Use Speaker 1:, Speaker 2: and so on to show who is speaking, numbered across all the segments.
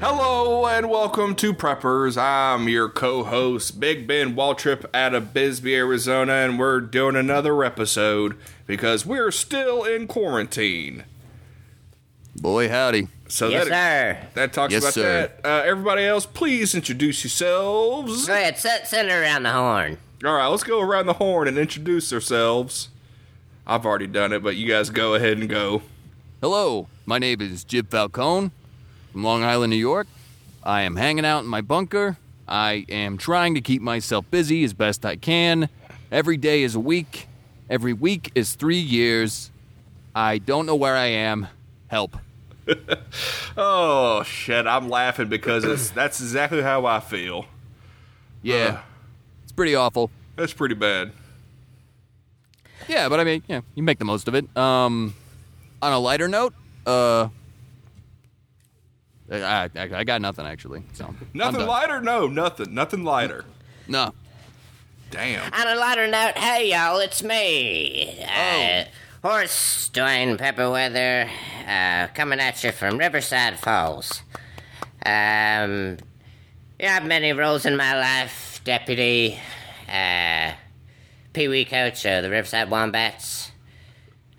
Speaker 1: Hello and welcome to Preppers. I'm your co-host Big Ben Waltrip out of Bisbee, Arizona, and we're doing another episode because we're still in quarantine.
Speaker 2: Boy, howdy.
Speaker 1: So
Speaker 3: yes,
Speaker 1: that
Speaker 3: sir.
Speaker 1: that talks
Speaker 2: Yes,
Speaker 1: about
Speaker 2: sir.
Speaker 1: that. Uh, everybody else, please introduce yourselves.
Speaker 3: Go ahead, set, set it around the horn.
Speaker 1: All right, let's go around the horn and introduce ourselves. I've already done it, but you guys go ahead and go.
Speaker 2: Hello, my name is Jib Falcone from Long Island, New York. I am hanging out in my bunker. I am trying to keep myself busy as best I can. Every day is a week. Every week is three years. I don't know where I am. Help.
Speaker 1: Oh shit, I'm laughing because it's that's exactly how I feel. Uh,
Speaker 2: Yeah. It's pretty awful.
Speaker 1: That's pretty bad.
Speaker 2: Yeah, but I mean, yeah, you make the most of it. Um, on a lighter note, uh, I, I, I got nothing actually. So I'm
Speaker 1: Nothing
Speaker 2: done.
Speaker 1: lighter? No, nothing. Nothing lighter.
Speaker 2: No.
Speaker 1: Damn.
Speaker 3: On a lighter note, hey y'all, it's me, uh, Horace Dwayne Pepperweather, uh, coming at you from Riverside Falls. Um, yeah, I've many roles in my life: deputy, uh, Pee Wee coach of the Riverside Wombats.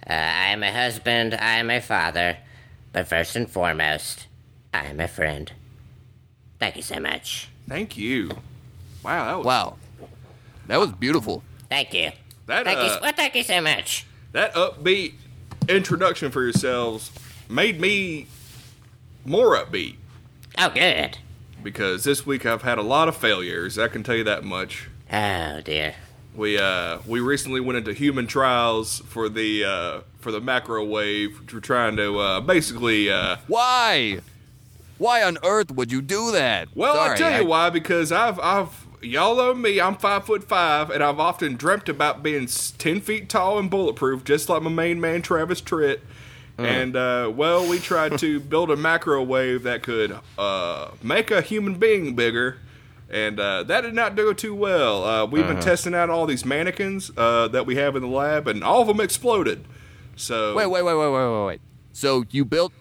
Speaker 3: Uh, I am a husband. I am a father, but first and foremost, I am a friend. Thank you so much.
Speaker 1: Thank you. Wow. That was,
Speaker 2: Wow. That was beautiful.
Speaker 3: Thank you.
Speaker 1: That,
Speaker 3: thank
Speaker 1: uh,
Speaker 3: you. Well, thank you so much.
Speaker 1: That upbeat introduction for yourselves made me more upbeat
Speaker 3: Oh, good.
Speaker 1: because this week I've had a lot of failures. I can tell you that much.
Speaker 3: Oh dear.
Speaker 1: We uh we recently went into human trials for the uh for the macrowave. We're trying to uh basically uh
Speaker 2: Why? Why on earth would you do that?
Speaker 1: well
Speaker 2: Sorry,
Speaker 1: I'll tell you why because I've I've y'all know me I'm five foot five and I've often dreamt about being s- ten feet tall and bulletproof just like my main man Travis Tritt.
Speaker 2: Hmm.
Speaker 1: And uh, well, we tried to build a microwave that could uh, make a human being bigger, and uh, that did not go too well. Uh, we've
Speaker 2: Uh-huh.
Speaker 1: been testing out all these mannequins uh, that we have in the lab, and all of them exploded. So
Speaker 2: Wait, wait, wait, wait, wait, wait, wait. So you built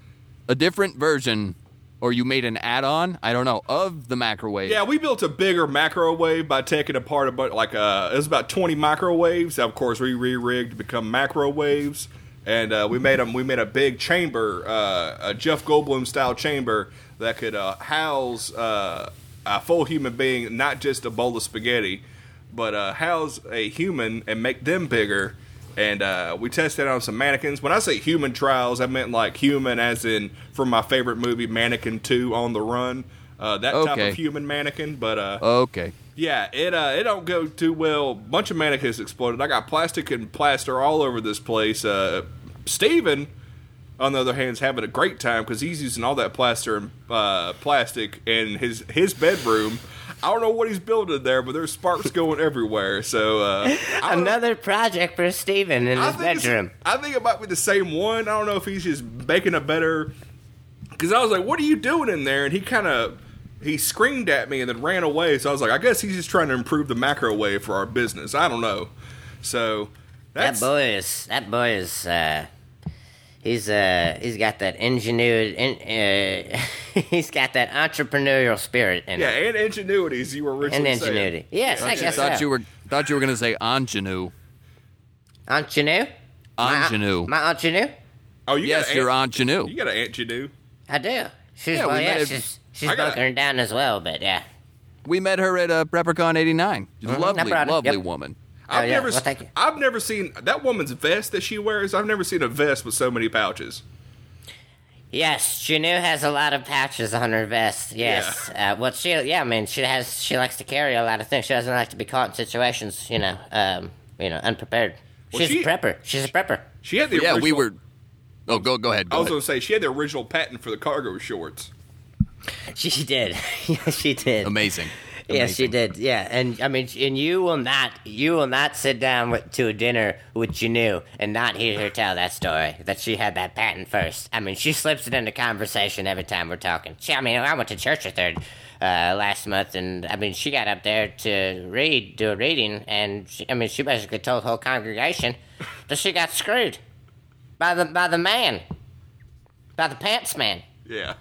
Speaker 2: a different version, or you made an add-on? I don't know of the macrowave.
Speaker 1: Yeah, we built a bigger microwave by taking apart a bunch, like uh, it was about twenty microwaves. Of course, we re-rigged to become macrowaves, and uh, we made 'em- We made a big chamber, uh, a Jeff Goldblum style chamber that could uh, house uh, a full human being, not just a bowl of spaghetti, but uh, house a human and make them bigger. And uh, we tested out on some mannequins. When I say human trials, I meant like human, as in from my favorite movie, Mannequin Two on the Run. Uh, that type
Speaker 2: Okay.
Speaker 1: of human mannequin. But uh,
Speaker 2: Okay.
Speaker 1: yeah, it uh, it don't go too well. Bunch of mannequins exploded. I got plastic and plaster all over this place. Uh, Steven, on the other hand, is having a great time because he's using all that plaster and uh, plastic in his his bedroom. I don't know what he's building there, but there's sparks going everywhere. So uh, I don't-
Speaker 3: Another project for Steven in
Speaker 1: I
Speaker 3: his
Speaker 1: think it's-
Speaker 3: bedroom.
Speaker 1: I think it might be the same one. I don't know if he's just making a better. Because I was like, "What are you doing in there?" And he kind of he screamed at me and then ran away. So I was like, "I guess he's just trying to improve the microwave for our business." I don't know. So
Speaker 3: That
Speaker 1: that's
Speaker 3: boy is. That boy is. Uh, he's. Uh, he's got that ingenuity. In, uh, he's got that entrepreneurial spirit in
Speaker 1: yeah, and
Speaker 3: him.
Speaker 1: ingenuity as you were
Speaker 3: And
Speaker 1: originally
Speaker 3: ingenuity. Yes, I
Speaker 2: I
Speaker 3: guess
Speaker 2: thought
Speaker 3: so.
Speaker 2: you were thought you were gonna say ingenue.
Speaker 3: Ingenue? My-
Speaker 2: Ingenue.
Speaker 3: My ingenue?
Speaker 1: saying. Oh, you
Speaker 2: yes,
Speaker 1: got
Speaker 2: you're
Speaker 1: aunt,
Speaker 2: ingenue.
Speaker 1: You got an aunt you do.
Speaker 3: I do. She's.
Speaker 2: Yeah,
Speaker 3: well,
Speaker 2: we
Speaker 3: yeah,
Speaker 2: met at-
Speaker 3: she's. She's
Speaker 1: I got-
Speaker 3: bunkering down as well, but yeah.
Speaker 2: We met her at uh, PrepperCon '89. She's a lovely,
Speaker 3: I brought her-
Speaker 2: lovely
Speaker 3: Uh-huh. yep.
Speaker 2: woman.
Speaker 1: I've
Speaker 3: Oh, yeah,
Speaker 1: never,
Speaker 3: well, thank you.
Speaker 1: I've never seen that woman's vest that she wears. I've never seen a vest with so many pouches.
Speaker 3: Yes, Janu has a lot of patches on her vest. Yes. Uh, well, she, yeah, I mean, she has, she likes to carry a lot of things. She doesn't like to be caught in situations, you know, um, you know, unprepared.
Speaker 1: Well,
Speaker 3: She's
Speaker 1: she-
Speaker 3: a prepper. She's a prepper.
Speaker 1: She had the
Speaker 2: Yeah, we
Speaker 1: original-
Speaker 2: were. Oh, go go ahead. Go
Speaker 1: I was
Speaker 2: ahead.
Speaker 1: gonna say she had the original patent for the cargo shorts.
Speaker 3: She, she did. yes, she did.
Speaker 2: Amazing.
Speaker 3: Yes, she
Speaker 2: Amazing.
Speaker 3: did. Yeah, and I mean, and you will not, you will not sit down with, to a dinner with Janu and not hear her tell that story that she had that patent first. I mean, she slips it into conversation every time we're talking. She, I mean, I went to church with her uh, last month, and I mean, she got up there to read, do a reading, and she, I mean, she basically told the whole congregation that she got screwed by the by the man, by the pants man.
Speaker 1: Yeah.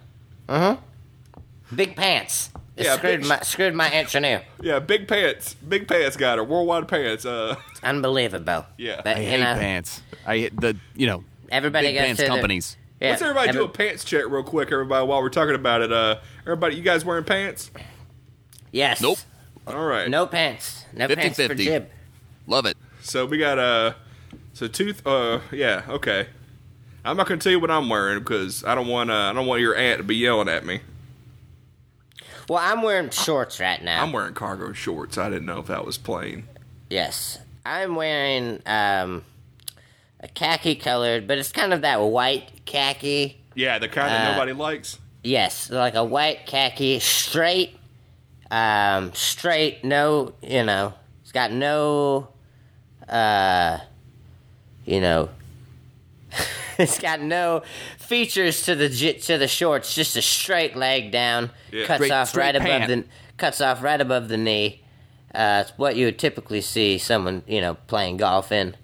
Speaker 3: Big pants. It
Speaker 1: Yeah,
Speaker 3: screwed
Speaker 1: big-
Speaker 3: my screwed my ingenue.
Speaker 1: Yeah, big pants, big pants got her. Worldwide pants. Uh,
Speaker 3: It's unbelievable.
Speaker 1: Yeah.
Speaker 3: But,
Speaker 2: I
Speaker 3: you
Speaker 2: hate
Speaker 3: know,
Speaker 2: pants. I hate the you know
Speaker 3: Everybody
Speaker 2: big
Speaker 3: goes
Speaker 2: pants
Speaker 3: to the-
Speaker 2: companies.
Speaker 3: yeah,
Speaker 1: let's everybody do
Speaker 3: every-
Speaker 1: a pants check real quick, everybody. While we're talking about it, uh, everybody, you guys wearing pants?
Speaker 3: Yes.
Speaker 2: Nope.
Speaker 1: All right.
Speaker 3: No pants. No
Speaker 2: 50-50.
Speaker 3: pants for Jib.
Speaker 2: Love it.
Speaker 1: So we got uh, so tooth. Uh, yeah, okay. I'm not gonna tell you what I'm wearing because I don't want uh, I don't want your aunt to be yelling at me.
Speaker 3: Well, I'm wearing shorts right now.
Speaker 1: I'm wearing cargo shorts. I didn't know if that was plain.
Speaker 3: Yes. I'm wearing um, a khaki colored, but it's kind of that white khaki.
Speaker 1: Yeah, the kind that nobody likes.
Speaker 3: Yes, like a white khaki, straight, um, straight. No, you know, it's got no, uh, you know, it's got no features to the j- to the shorts. Just a straight leg down,
Speaker 1: Yeah.
Speaker 3: cuts
Speaker 2: Straight-
Speaker 3: off right
Speaker 2: straight
Speaker 3: above the
Speaker 2: pant.
Speaker 3: cuts off right above the knee. Uh, it's what you would typically see someone you know playing golf in.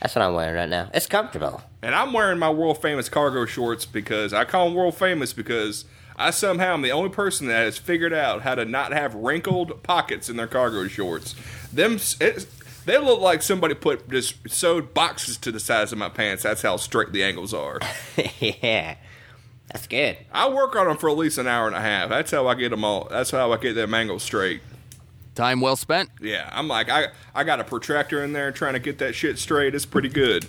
Speaker 3: That's what I'm wearing right now. It's comfortable.
Speaker 1: And I'm wearing my world famous cargo shorts because I call them world famous because I somehow am the only person that has figured out how to not have wrinkled pockets in their cargo shorts. Them, it, they look like somebody put just sewed boxes to the sides of my pants. That's how straight the angles are.
Speaker 3: yeah, that's good.
Speaker 1: I work on them for at least an hour and a half. That's how I get them all. That's how I get them angles straight.
Speaker 2: Time well spent.
Speaker 1: Yeah, I'm like I I got a protractor in there trying to get that shit straight. It's pretty good.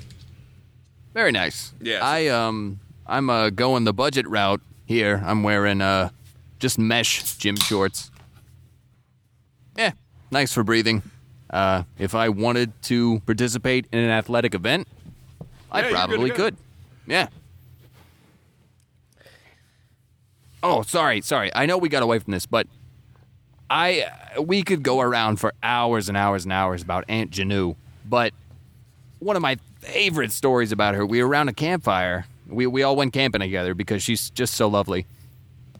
Speaker 2: Very nice.
Speaker 1: Yes.
Speaker 2: I um I'm uh going the budget route here. I'm wearing uh just mesh gym shorts. Eh, nice for breathing. Uh if I wanted to participate in an athletic event,
Speaker 1: Yeah,
Speaker 2: I
Speaker 1: you're good to
Speaker 2: probably
Speaker 1: go.
Speaker 2: could. Yeah. Oh, sorry, sorry. I know we got away from this, but I we could go around for hours and hours and hours about Aunt Janu, but one of my favorite stories about her. We were around a campfire. We we all went camping together because she's just so lovely.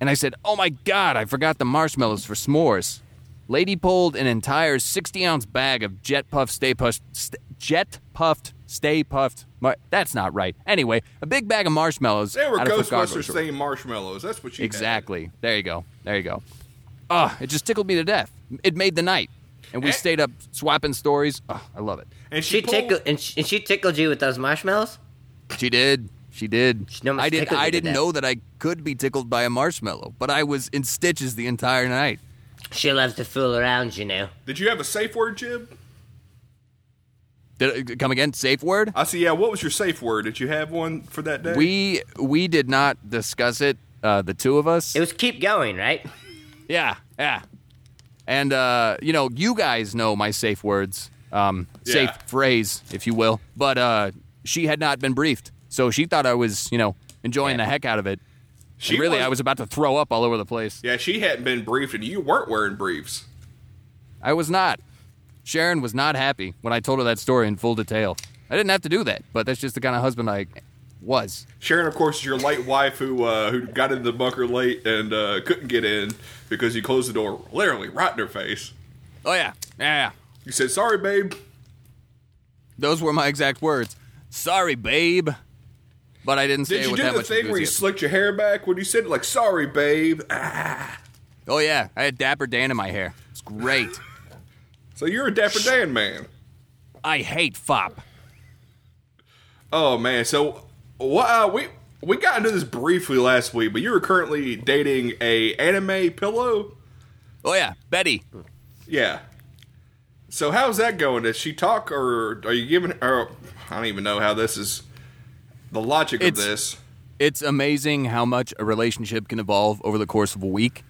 Speaker 2: And I said, "Oh my God, I forgot the marshmallows for s'mores." Lady pulled an entire sixty-ounce bag of jet puffed, stay puffed, st- jet puffed, stay puffed. Mar- That's not right. Anyway, a big bag of marshmallows.
Speaker 1: They were
Speaker 2: out of her cargo
Speaker 1: Ghostbusters
Speaker 2: shorts.
Speaker 1: saying marshmallows. That's what you
Speaker 2: Exactly. There you go. There you go. Ah, it just tickled me to death. It made the night, and we
Speaker 1: Eh.
Speaker 2: stayed up swapping stories. Oh, I love it.
Speaker 1: And
Speaker 3: She
Speaker 1: pulled-
Speaker 3: tickled and she, and she tickled you with those marshmallows.
Speaker 2: She did. She did.
Speaker 3: She almost
Speaker 2: I did.
Speaker 3: tickled you
Speaker 2: I
Speaker 3: to
Speaker 2: didn't
Speaker 3: death.
Speaker 2: know that I could be tickled by a marshmallow, but I was in stitches the entire night.
Speaker 3: She loves to fool around, you know.
Speaker 1: Did you have a safe word, Jib?
Speaker 2: Did it come again? Safe word?
Speaker 1: I see. Yeah. What was your safe word? Did you have one for that day?
Speaker 2: We we did not discuss it. Uh, the two of us.
Speaker 3: It was keep going, right?
Speaker 2: yeah. Yeah. And uh, you know, you guys know my safe words, um, safe
Speaker 1: Yeah.
Speaker 2: phrase, if you will. But uh, she had not been briefed, so she thought I was, you know, enjoying the heck out of it.
Speaker 1: She
Speaker 2: And really,
Speaker 1: was-
Speaker 2: I was about to throw up all over the place.
Speaker 1: Yeah, she hadn't been briefed, and you weren't wearing briefs.
Speaker 2: I was not. Sharon was not happy when I told her that story in full detail. I didn't have to do that, but that's just the kind of husband I was.
Speaker 1: Sharon, of course, is your late wife who uh, who got into the bunker late and uh, couldn't get in because you closed the door literally right in her face.
Speaker 2: Oh yeah, yeah. yeah.
Speaker 1: You said, "Sorry, babe."
Speaker 2: Those were my exact words. Sorry, babe. But I didn't say
Speaker 1: Did
Speaker 2: it
Speaker 1: you
Speaker 2: with
Speaker 1: do
Speaker 2: that
Speaker 1: the
Speaker 2: much
Speaker 1: thing where you
Speaker 2: enthusiasm.
Speaker 1: slicked your hair back when you said like, "Sorry, babe"? Ah,
Speaker 2: Oh yeah, I had Dapper Dan in my hair. It's great.
Speaker 1: So you're a Dapper Dan man.
Speaker 2: I hate fop.
Speaker 1: Oh man, so what? Uh, we we got into this briefly last week, but you were currently dating a anime pillow.
Speaker 2: Oh yeah, Betty.
Speaker 1: Yeah. So how's that going? Does she talk, or are you giving? Or I don't even know how this is. The logic
Speaker 2: It's-
Speaker 1: of this.
Speaker 2: It's amazing how much a relationship can evolve over the course of a week.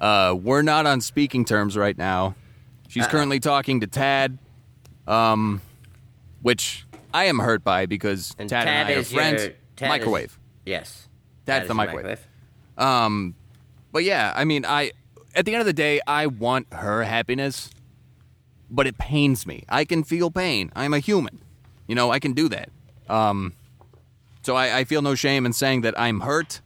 Speaker 2: Uh, we're not on speaking terms right now. She's
Speaker 3: Uh-uh.
Speaker 2: currently talking to Tad, um, which I am hurt by because
Speaker 3: And
Speaker 2: Tad, and I are
Speaker 3: is your-
Speaker 2: friends.
Speaker 3: Tad is-
Speaker 2: microwave.
Speaker 3: yes.
Speaker 2: Tad's
Speaker 3: Tad is
Speaker 2: the
Speaker 3: your
Speaker 2: microwave. But yeah, I mean, I at the end of the day, I want her happiness, but it pains me. I can feel pain. I'm a human. You know, I can do that. Um, so I, I feel no shame in saying that I'm hurt,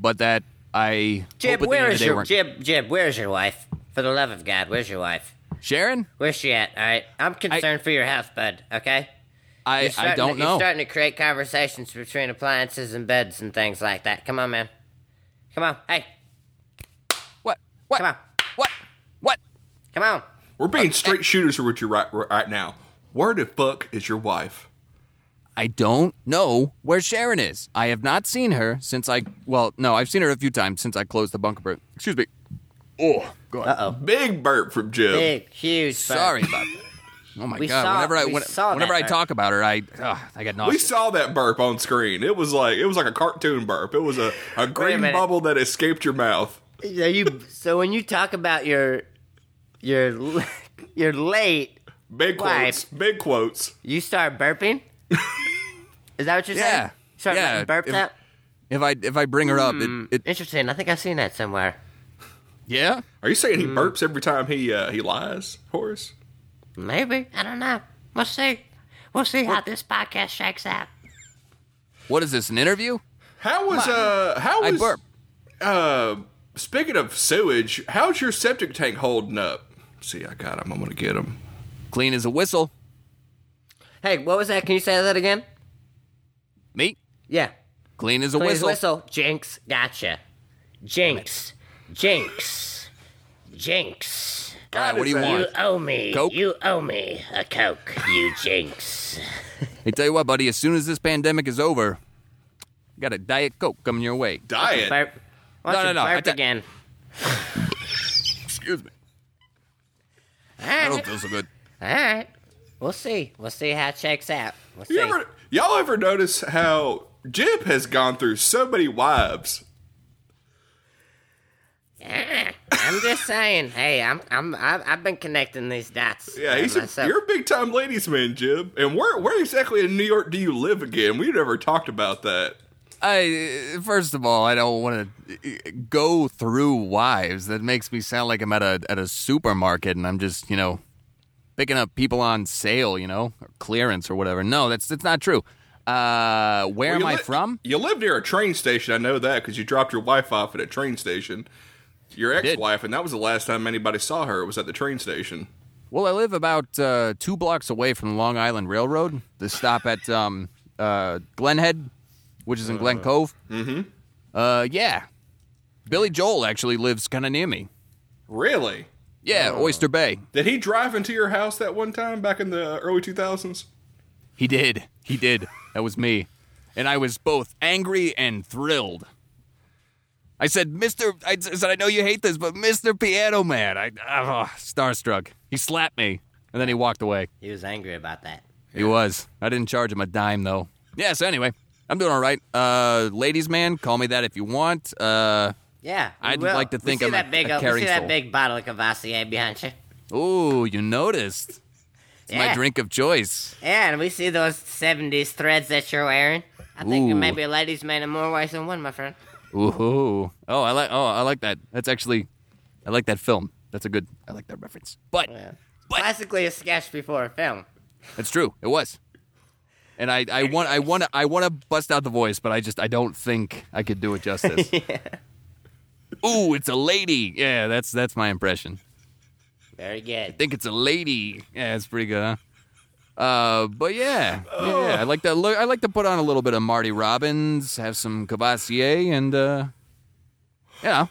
Speaker 2: but that I
Speaker 3: Jib,
Speaker 2: hope at the end
Speaker 3: where
Speaker 2: of
Speaker 3: is
Speaker 2: the day
Speaker 3: your
Speaker 2: we're-
Speaker 3: Jib? Jib, where's your wife? For the love of God, where's your wife?
Speaker 2: Sharon.
Speaker 3: Where's she at? All right, I'm concerned for your health, bud. Okay.
Speaker 2: I,
Speaker 3: You're
Speaker 2: I
Speaker 3: starting
Speaker 2: don't
Speaker 3: to-
Speaker 2: know.
Speaker 3: You're starting to create conversations between appliances and beds and things like that. Come on, man. Come on. Hey.
Speaker 2: What?
Speaker 3: Come on.
Speaker 2: What? What?
Speaker 3: Come on.
Speaker 1: We're being straight shooters with you right, right now. Where the fuck is your wife?
Speaker 2: I don't know where Sharon is. I have not seen her since I. Well, no, I've seen her a few times since I closed the bunker. Bur- Excuse me. Oh God.
Speaker 3: Uh oh.
Speaker 1: Big burp from Jim.
Speaker 3: Big, huge. burp.
Speaker 2: Sorry about that. Oh my
Speaker 3: We
Speaker 2: God.
Speaker 3: saw-
Speaker 2: whenever I
Speaker 3: we
Speaker 2: when-
Speaker 3: saw that,
Speaker 2: whenever I
Speaker 3: right?
Speaker 2: talk about her, I ugh, I get
Speaker 1: We
Speaker 2: nauseous.
Speaker 1: saw that burp on screen. It was like it was like a cartoon burp. It was a, a green
Speaker 3: minute.
Speaker 1: bubble that escaped your mouth.
Speaker 3: So you. So when you talk about your, your, your late,
Speaker 1: Big quotes. Big quotes.
Speaker 3: you start burping. Is that what you're saying?
Speaker 2: Yeah.
Speaker 3: You Start
Speaker 2: Yeah,
Speaker 3: letting burps
Speaker 2: if-
Speaker 3: out.
Speaker 2: if I if I bring her up, it, it
Speaker 3: Interesting. I think I've seen that somewhere.
Speaker 2: Mm. yeah.
Speaker 1: Are you saying he burps every time he uh, he lies, Horace?
Speaker 3: Maybe. I don't know. We'll see. We'll see how this podcast shakes out.
Speaker 2: What is this? An interview?
Speaker 1: How was uh how
Speaker 2: I
Speaker 1: was
Speaker 2: burp.
Speaker 1: uh speaking of sewage, how's your septic tank holding up? See, I got him. I'm gonna get him.
Speaker 2: Clean as a whistle.
Speaker 3: Hey, what was that? Can you say that again?
Speaker 2: Meat.
Speaker 3: Yeah.
Speaker 2: Clean as a
Speaker 3: Please
Speaker 2: whistle.
Speaker 3: whistle. Jinx. Gotcha. Jinx. Jinx. Jinx.
Speaker 2: All right, what do you
Speaker 1: God, is
Speaker 2: want?
Speaker 3: You owe me.
Speaker 2: Coke?
Speaker 3: You owe me a Coke, you jinx.
Speaker 2: Hey, tell you what, buddy. As soon as this pandemic is over, got a diet coke coming your way.
Speaker 1: Diet.
Speaker 3: Burp. Why
Speaker 2: No,
Speaker 3: don't
Speaker 2: no,
Speaker 3: you
Speaker 2: no, I
Speaker 3: Burp
Speaker 2: ta-
Speaker 3: again.
Speaker 2: Excuse me.
Speaker 3: All
Speaker 2: I don't
Speaker 3: right.
Speaker 2: feel so good.
Speaker 3: All right. We'll see. We'll see how it shakes out. We'll see.
Speaker 1: You ever, y'all ever notice how Jib has gone through so many wives?
Speaker 3: Ah, I'm just saying. Hey, I'm. I'm. I've, I've been connecting these dots.
Speaker 1: Yeah,
Speaker 3: by
Speaker 1: he's a,
Speaker 3: myself.
Speaker 1: you're a big time ladies man, Jib. And where where exactly in New York do you live again? We never talked about that.
Speaker 2: I first of all, I don't want to go through wives. That makes me sound like I'm at a at a supermarket and I'm just you know picking up people on sale, you know, or clearance or whatever. No, that's that's not true. Uh, where am
Speaker 1: You
Speaker 2: I
Speaker 1: li-
Speaker 2: from?
Speaker 1: You live near a train station. I know that because you dropped your wife off at a train station. Your ex wife, and that was the last time anybody saw her. It was at the train station.
Speaker 2: Well, I live about uh, two blocks away from the Long Island Railroad. The stop at um, uh, Glen Head, which is in Glen
Speaker 1: Uh-huh.
Speaker 2: Cove. Mm-hmm. Uh, yeah, Billy Joel actually lives kind of near me.
Speaker 1: Really?
Speaker 2: Yeah,
Speaker 1: Oh.
Speaker 2: Oyster Bay.
Speaker 1: Did he drive into your house that one time back in the early 2000s?
Speaker 2: He did. He did. That was me. And I was both angry and thrilled. I said, Mr. I said, I know you hate this, but Mr. Piano Man. I, oh, starstruck. He slapped me, and then he walked away.
Speaker 3: He was angry about that.
Speaker 2: He was. I didn't charge him a dime, though. Yeah, so anyway, I'm doing all right. Uh, ladies, man, call me that if you want. Uh,
Speaker 3: Yeah, we
Speaker 2: I'd
Speaker 3: will.
Speaker 2: like to
Speaker 3: We
Speaker 2: think
Speaker 3: see
Speaker 2: I'm a-
Speaker 3: that big.
Speaker 2: a
Speaker 3: uh, we
Speaker 2: caring
Speaker 3: see that
Speaker 2: soul.
Speaker 3: big bottle of Cavassier behind you.
Speaker 2: ooh, you noticed. It's
Speaker 3: Yeah.
Speaker 2: my drink of choice.
Speaker 3: Yeah, and we see those '70s threads that you're wearing. I think you
Speaker 2: Ooh.
Speaker 3: may be a ladies' man in more ways than one, my friend.
Speaker 2: Ooh. Oh, I like. Oh, I like that. That's actually, I like that film. That's a good. I like that reference. But
Speaker 3: Yeah.
Speaker 2: What?
Speaker 3: Classically a sketch before a film.
Speaker 2: It's true. It was. And I, I want I want to I want to bust out the voice, but I just I don't think I could do it justice. Ooh, it's a lady. Yeah, that's that's my impression.
Speaker 3: Very good.
Speaker 2: Think it's a lady. Yeah, it's pretty good, huh? Uh, but yeah, yeah, I like to look. I like to put on a little bit of Marty Robbins, have some Cavassier, and uh, you know,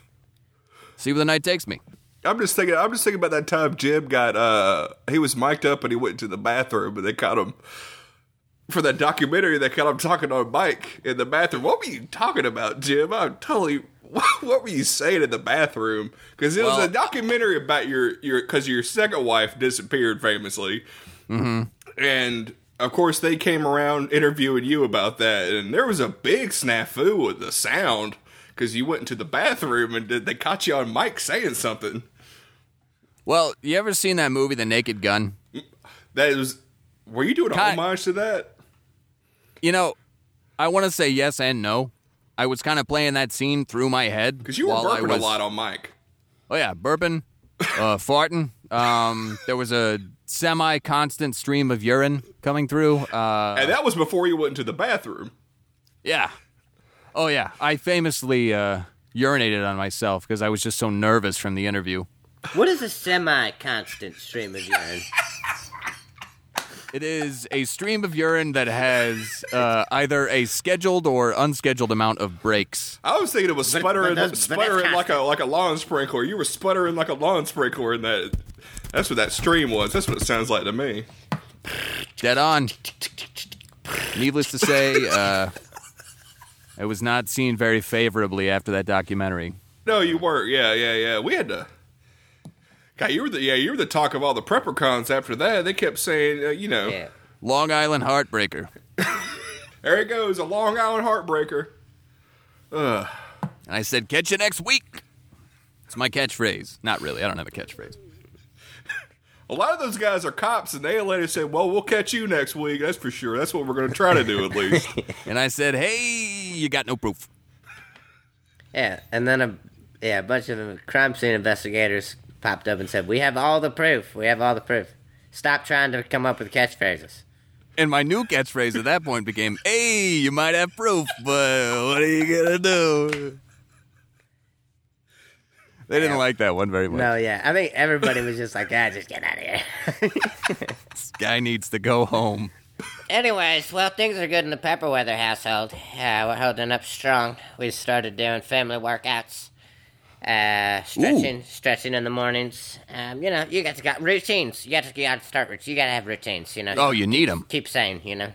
Speaker 2: see where the night takes me.
Speaker 1: I'm just thinking. I'm just thinking about that time Jim got. uh He was mic'd up and he went to the bathroom, and they caught him for that documentary. They caught him talking on a mic in the bathroom. What were you talking about, Jim? I'm totally. What, what were you saying in the bathroom? Because it was
Speaker 2: Well-
Speaker 1: a documentary about your your because your second wife disappeared famously, mm-hmm. and of course they came around interviewing you about that, and there was a big snafu with the sound because you went into the bathroom and did, they caught you on mic saying something.
Speaker 2: Well, you ever seen that movie, The Naked Gun?
Speaker 1: That was. Were you doing a
Speaker 2: Cut.
Speaker 1: homage to that?
Speaker 2: You know, I want to say yes and no. I was kind of playing that scene through my head
Speaker 1: Because you were
Speaker 2: while I
Speaker 1: burping
Speaker 2: was,
Speaker 1: a lot on mic.
Speaker 2: Oh yeah, burping, uh, farting. Um, there was a semi-constant stream of urine coming through. Uh,
Speaker 1: And that was before you went into the bathroom.
Speaker 2: yeah. Oh yeah, I famously uh, urinated on myself because I was just so nervous from the interview.
Speaker 3: What is a semi-constant stream of urine?
Speaker 2: It is a stream of urine that has uh, either a scheduled or unscheduled amount of breaks.
Speaker 1: I was thinking it was
Speaker 3: But-
Speaker 1: sputtering,
Speaker 3: but that's- but that's
Speaker 1: sputtering like
Speaker 3: half.
Speaker 1: a like a lawn sprinkler. You were sputtering like a lawn sprinkler in that. That's what that stream was. That's what it sounds like to me.
Speaker 2: Dead on. Needless to say, uh, it was not seen very favorably after that documentary.
Speaker 1: No, you were. Yeah, yeah, yeah. We had to. God, you were the yeah, you were the talk of all the preppercons. After that, they kept saying, uh, you know,
Speaker 3: Yeah.
Speaker 2: Long Island Heartbreaker.
Speaker 1: there it goes, a Long Island heartbreaker.
Speaker 2: And I said, catch you next week. It's my catchphrase. Not really. I don't have a catchphrase.
Speaker 1: A lot of those guys are cops, and they later said, "Well, we'll catch you next week. That's for sure. That's what we're going to try to do at least."
Speaker 2: And I said, hey, you got no proof.
Speaker 3: Yeah, and then a yeah, a bunch of crime scene investigators popped up and said, "We have all the proof. We have all the proof. Stop trying to come up with catchphrases."
Speaker 2: And my new catchphrase at that point became, hey, you might have proof, but what are you going to do? They didn't like that one very much.
Speaker 3: No, yeah, I think everybody was just like, "Ah, just get out of here."
Speaker 2: This guy needs to go home.
Speaker 3: Anyways, well, things are good in the Pepperweather household. Uh, we're holding up strong. We started doing family workouts, uh, stretching, stretching in the mornings. Um, you know, you got to got routines. You got to, you got to start. rout- You got to have routines. You know.
Speaker 2: Oh, you need him.
Speaker 3: keep saying, you know,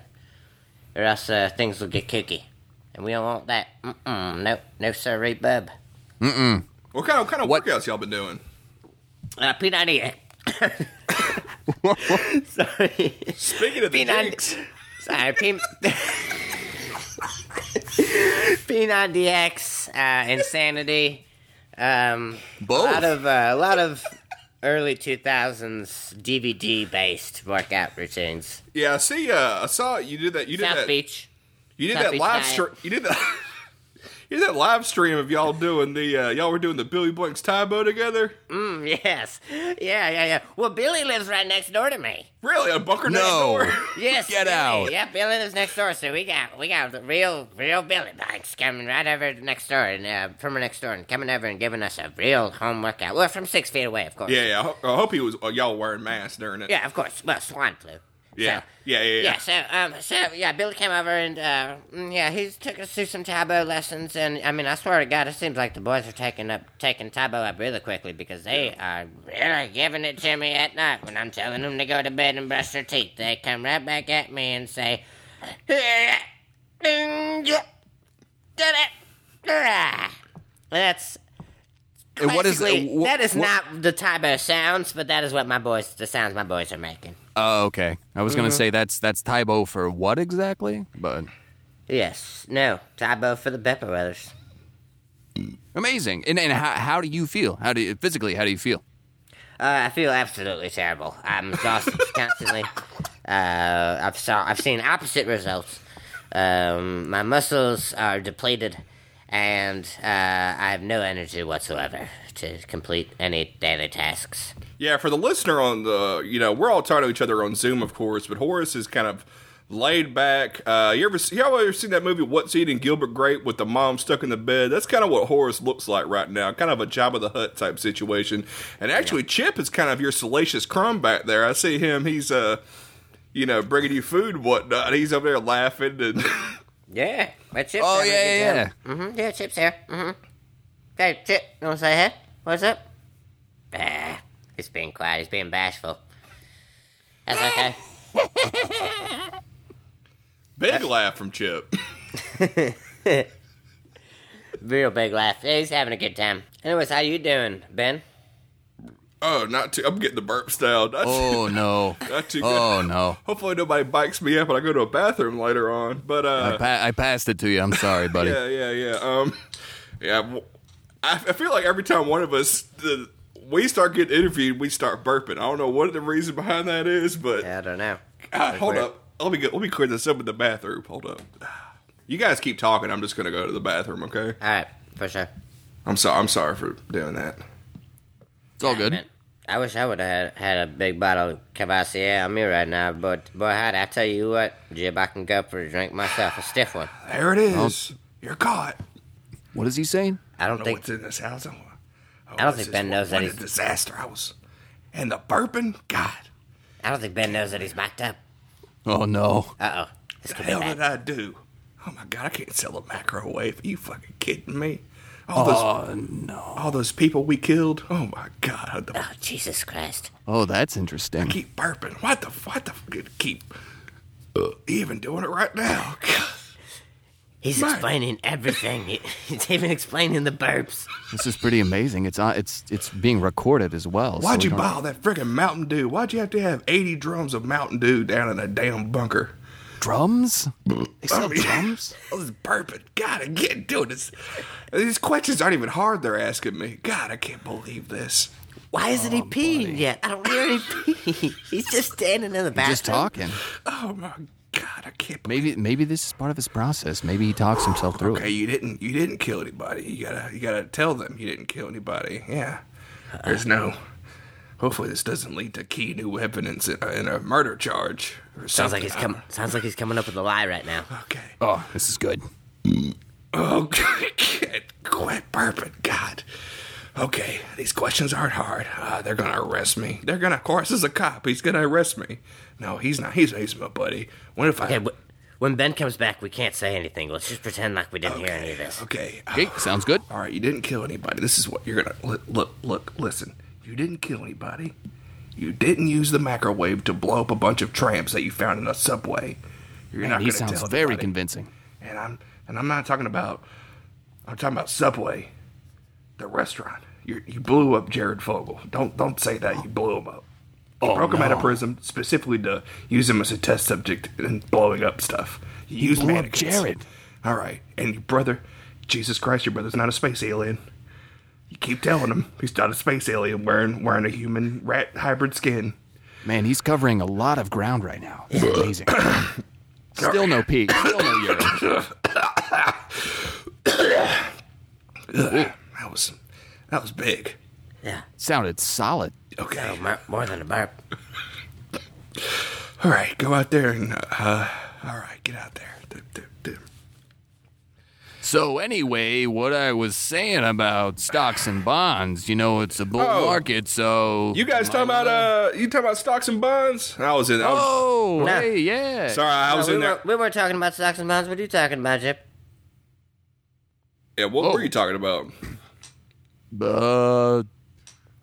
Speaker 3: or else uh, things will get kooky, and we don't want that. Mm-mm, no, no, sirree, bub.
Speaker 1: what kind of what kind of
Speaker 2: What-
Speaker 1: workouts y'all been doing?
Speaker 3: Uh, P90. Sorry,
Speaker 1: Speaking of the
Speaker 3: P90.
Speaker 1: jinx,
Speaker 3: Sorry, P. P90X, uh, insanity. Um,
Speaker 2: Both.
Speaker 3: A lot of uh, a lot of early 2000s DVD based workout routines.
Speaker 1: yeah, I see, uh, I saw you did that. You did
Speaker 3: South
Speaker 1: that.
Speaker 3: Beach.
Speaker 1: You did
Speaker 3: South
Speaker 1: that
Speaker 3: Beach
Speaker 1: live
Speaker 3: diet.
Speaker 1: stream. You did that. you did that live stream of y'all doing the uh, y'all were doing the Billy Blanks tie bow together.
Speaker 3: Mm, yes. Yeah, yeah, yeah. Well, Billy lives right next door to me.
Speaker 1: Really, a bunker next
Speaker 2: No.
Speaker 1: door?
Speaker 3: Yes.
Speaker 2: Get
Speaker 3: Billy.
Speaker 2: out.
Speaker 3: Yeah, Billy lives next door, so we got we got the real real Billy Banks coming right over to next door and uh, from her next door and coming over and giving us a real home workout. Well, from six feet away, of course.
Speaker 1: yeah, yeah. I, ho- I hope he was uh, y'all wearing masks during it.
Speaker 3: Yeah, of course. Well, swine flu.
Speaker 1: yeah,
Speaker 3: So,
Speaker 1: yeah, yeah. yeah.
Speaker 3: yeah, so um, so yeah, Billy came over and uh, mm, yeah, he took us through some Taibo lessons, and I mean, I swear to God, it seems like the boys are taking up taking Taibo up really quickly because they are really giving it to me at night when I'm telling them to go to bed and brush their teeth. They come right back at me and say, "That's."
Speaker 2: And what is
Speaker 3: basically-
Speaker 2: wh-
Speaker 3: that is
Speaker 2: what-
Speaker 3: not the Taibo sounds, but that is what my boys, the sounds my boys are making.
Speaker 2: Oh, okay. I was
Speaker 3: Mm-hmm.
Speaker 2: gonna say that's that's Tybo for what exactly? But
Speaker 3: Yes. No. Tybo for the Pepper Brothers.
Speaker 2: amazing. And and how how do you feel? How do you physically? How do you feel?
Speaker 3: Uh, I feel absolutely terrible. I'm exhausted constantly. Uh, I've saw I've seen opposite results. Um, my muscles are depleted, and uh, I have no energy whatsoever to complete any daily tasks.
Speaker 1: Yeah, for the listener on the, you know, we're all talking to each other on Zoom, of course, but Horace is kind of laid back. Uh, you ever, y'all ever seen that movie What's Eating Gilbert Grape with the mom stuck in the bed? That's kind of what Horace looks like right now, kind of a Job of the Hut type situation. And actually, Chip is kind of your salacious crumb back there. I see him; he's, uh, you know, bringing you food and whatnot. He's over there laughing and.
Speaker 3: Yeah. But Chip's
Speaker 2: Oh
Speaker 3: having a
Speaker 2: yeah
Speaker 3: good
Speaker 2: yeah yeah.
Speaker 3: time. Mm-hmm. Yeah, Chip's here. Mm-hmm. Hey, Chip, you want to say hey? What's up? Ah, he's being quiet. He's being bashful. That's okay.
Speaker 1: Big laugh from Chip.
Speaker 3: Real big laugh. Yeah, he's having a good time. Anyways, how you doing, Ben?
Speaker 1: Oh, not too. I'm getting the burps down. Not,
Speaker 2: Oh no.
Speaker 1: too, not too good.
Speaker 2: Oh no.
Speaker 1: Hopefully nobody bikes me up and I go to a bathroom later on. But
Speaker 2: I,
Speaker 1: uh,
Speaker 2: pa- I passed it to you. I'm sorry, buddy.
Speaker 1: yeah, yeah, yeah. Um, yeah. w- I, I feel like every time one of us the, we start getting interviewed, we start burping. I don't know what the reason behind that is, but
Speaker 3: I don't know.
Speaker 1: God, hold
Speaker 3: weird.
Speaker 1: up. Let me go, let me clear this up in the bathroom. Hold up. You guys keep talking. I'm just gonna go to the bathroom. Okay.
Speaker 3: All right, for sure.
Speaker 1: I'm sorry. I'm sorry for doing that.
Speaker 2: It's all good.
Speaker 3: Man, I wish I would have had, had a big bottle of Cavassier on me right now, but boy, how'd I tell you what, Jib, I can go for a drink myself, a stiff one.
Speaker 1: There it is. You're caught.
Speaker 2: What is he saying?
Speaker 3: I don't
Speaker 1: know
Speaker 3: think
Speaker 1: what's in this house. I don't,
Speaker 3: I don't think Ben knows that
Speaker 1: what a
Speaker 3: he's-
Speaker 1: disaster. I was, and the burping. God.
Speaker 3: I don't think Ben knows that he's backed up.
Speaker 2: Oh no.
Speaker 3: Uh oh. This
Speaker 1: The
Speaker 3: could be
Speaker 1: hell
Speaker 3: bad.
Speaker 1: did I do? Oh my god, I can't sell a microwave. Are you fucking kidding me?
Speaker 2: Oh.
Speaker 1: All those, no. all those people we killed. Oh my god, the-
Speaker 3: Oh, Jesus Christ.
Speaker 2: Oh, that's interesting.
Speaker 1: keep burping. What the? What the? Keep uh, even doing it right now.
Speaker 2: Oh,
Speaker 3: He's
Speaker 1: Man.
Speaker 3: explaining everything. He- He's even explaining the burps.
Speaker 2: This is pretty amazing. It's on, it's it's being recorded as well. so
Speaker 1: Why'd
Speaker 2: we
Speaker 1: you
Speaker 2: don't-
Speaker 1: buy all that friggin' Mountain Dew? Why'd you have to have eighty drums of Mountain Dew down in a damn bunker?
Speaker 2: drums? They sell
Speaker 1: mean-
Speaker 2: drums?
Speaker 1: I was burping. God, I can't do this. These questions aren't even hard. They're asking me. God, I can't believe this.
Speaker 3: Why isn't
Speaker 2: Oh,
Speaker 3: he peeing yet? I don't hear any pee. He's just standing in the bathroom.
Speaker 2: Just talking.
Speaker 1: Oh my God, I can't. believe
Speaker 2: Maybe maybe this is part of his process. Maybe he talks himself through
Speaker 1: Okay,
Speaker 2: it.
Speaker 1: you didn't. You didn't kill anybody. You gotta. You gotta tell them you didn't kill anybody. Yeah. There's no. Hopefully, this doesn't lead to key new weapon in, in a murder charge. Or
Speaker 3: Sounds
Speaker 1: something.
Speaker 3: like he's coming. Sounds like he's coming up with a lie right now.
Speaker 1: Okay.
Speaker 2: Oh, this is good.
Speaker 1: Okay, quit burping, God. Okay, these questions aren't hard. Uh, they're gonna arrest me. They're gonna, of course, is a cop. He's gonna arrest me. No, he's not. He's, he's my buddy. What if I?
Speaker 3: Okay, wh- when Ben comes back, we can't say anything. Let's just pretend like we didn't hear any of this.
Speaker 1: okay. uh,
Speaker 2: Okay, sounds good.
Speaker 1: All right, you didn't kill anybody. This is what you're gonna look, look, look, listen. You didn't kill anybody. You didn't use the microwave to blow up a bunch of tramps that you found in a subway. You're not
Speaker 2: He
Speaker 1: gonna
Speaker 2: sounds
Speaker 1: tell
Speaker 2: very
Speaker 1: anybody.
Speaker 2: convincing.
Speaker 1: and I'm and I'm not talking about I'm talking about Subway, the restaurant. You you blew up Jared Fogle. Don't don't say that you blew him up.
Speaker 2: Oh,
Speaker 1: You broke him out of prison specifically to use him as a test subject in blowing up stuff. You used
Speaker 2: blew up
Speaker 1: mannequins.
Speaker 2: Jared.
Speaker 1: All right, and your brother, Jesus Christ, your brother's not a space alien. You keep telling him he's not a space alien wearing wearing a human rat hybrid skin.
Speaker 2: Man, he's covering a lot of ground right now. It's amazing. Still no pee. Still no urine.
Speaker 1: That was that was big.
Speaker 3: Yeah.
Speaker 2: Sounded solid.
Speaker 1: Okay.
Speaker 3: Oh, more, more than a burp.
Speaker 1: All right, go out there and uh, uh, all right, get out there. D- d- d-
Speaker 2: So anyway, what I was saying about stocks and bonds, you know, it's a bull
Speaker 1: Oh.
Speaker 2: market, so
Speaker 1: You guys talking about uh, you talking about stocks and bonds? I was in. I was,
Speaker 2: Oh,
Speaker 3: Nah.
Speaker 2: hey, yeah.
Speaker 1: sorry, I was
Speaker 3: No, we,
Speaker 1: in there.
Speaker 3: were, we were talking about stocks and bonds. What are you talking about, Jip?
Speaker 1: yeah, what
Speaker 2: Whoa.
Speaker 1: were you talking about?
Speaker 2: Uh,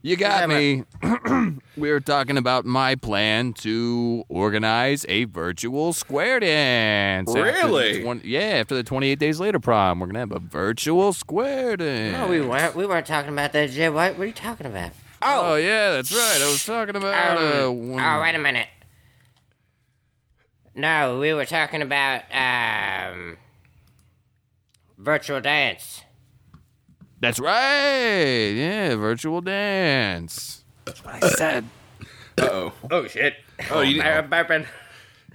Speaker 2: you got
Speaker 3: Yeah,
Speaker 2: me. we were talking about my plan to organize a virtual square dance. after the
Speaker 1: Really?
Speaker 2: 20 yeah, after the 28 Days Later prom, we're going to have a virtual square dance.
Speaker 3: No, we weren't. We weren't talking about that, Jip. What, what are you talking about?
Speaker 2: Oh, yeah, that's right. I was talking about. Uh, one-
Speaker 3: oh, wait a minute. No, we were talking about um, virtual dance.
Speaker 2: That's right. Yeah, virtual dance. That's what I said.
Speaker 1: Uh oh.
Speaker 3: Oh shit!
Speaker 1: Oh, you
Speaker 3: I- I'm burping.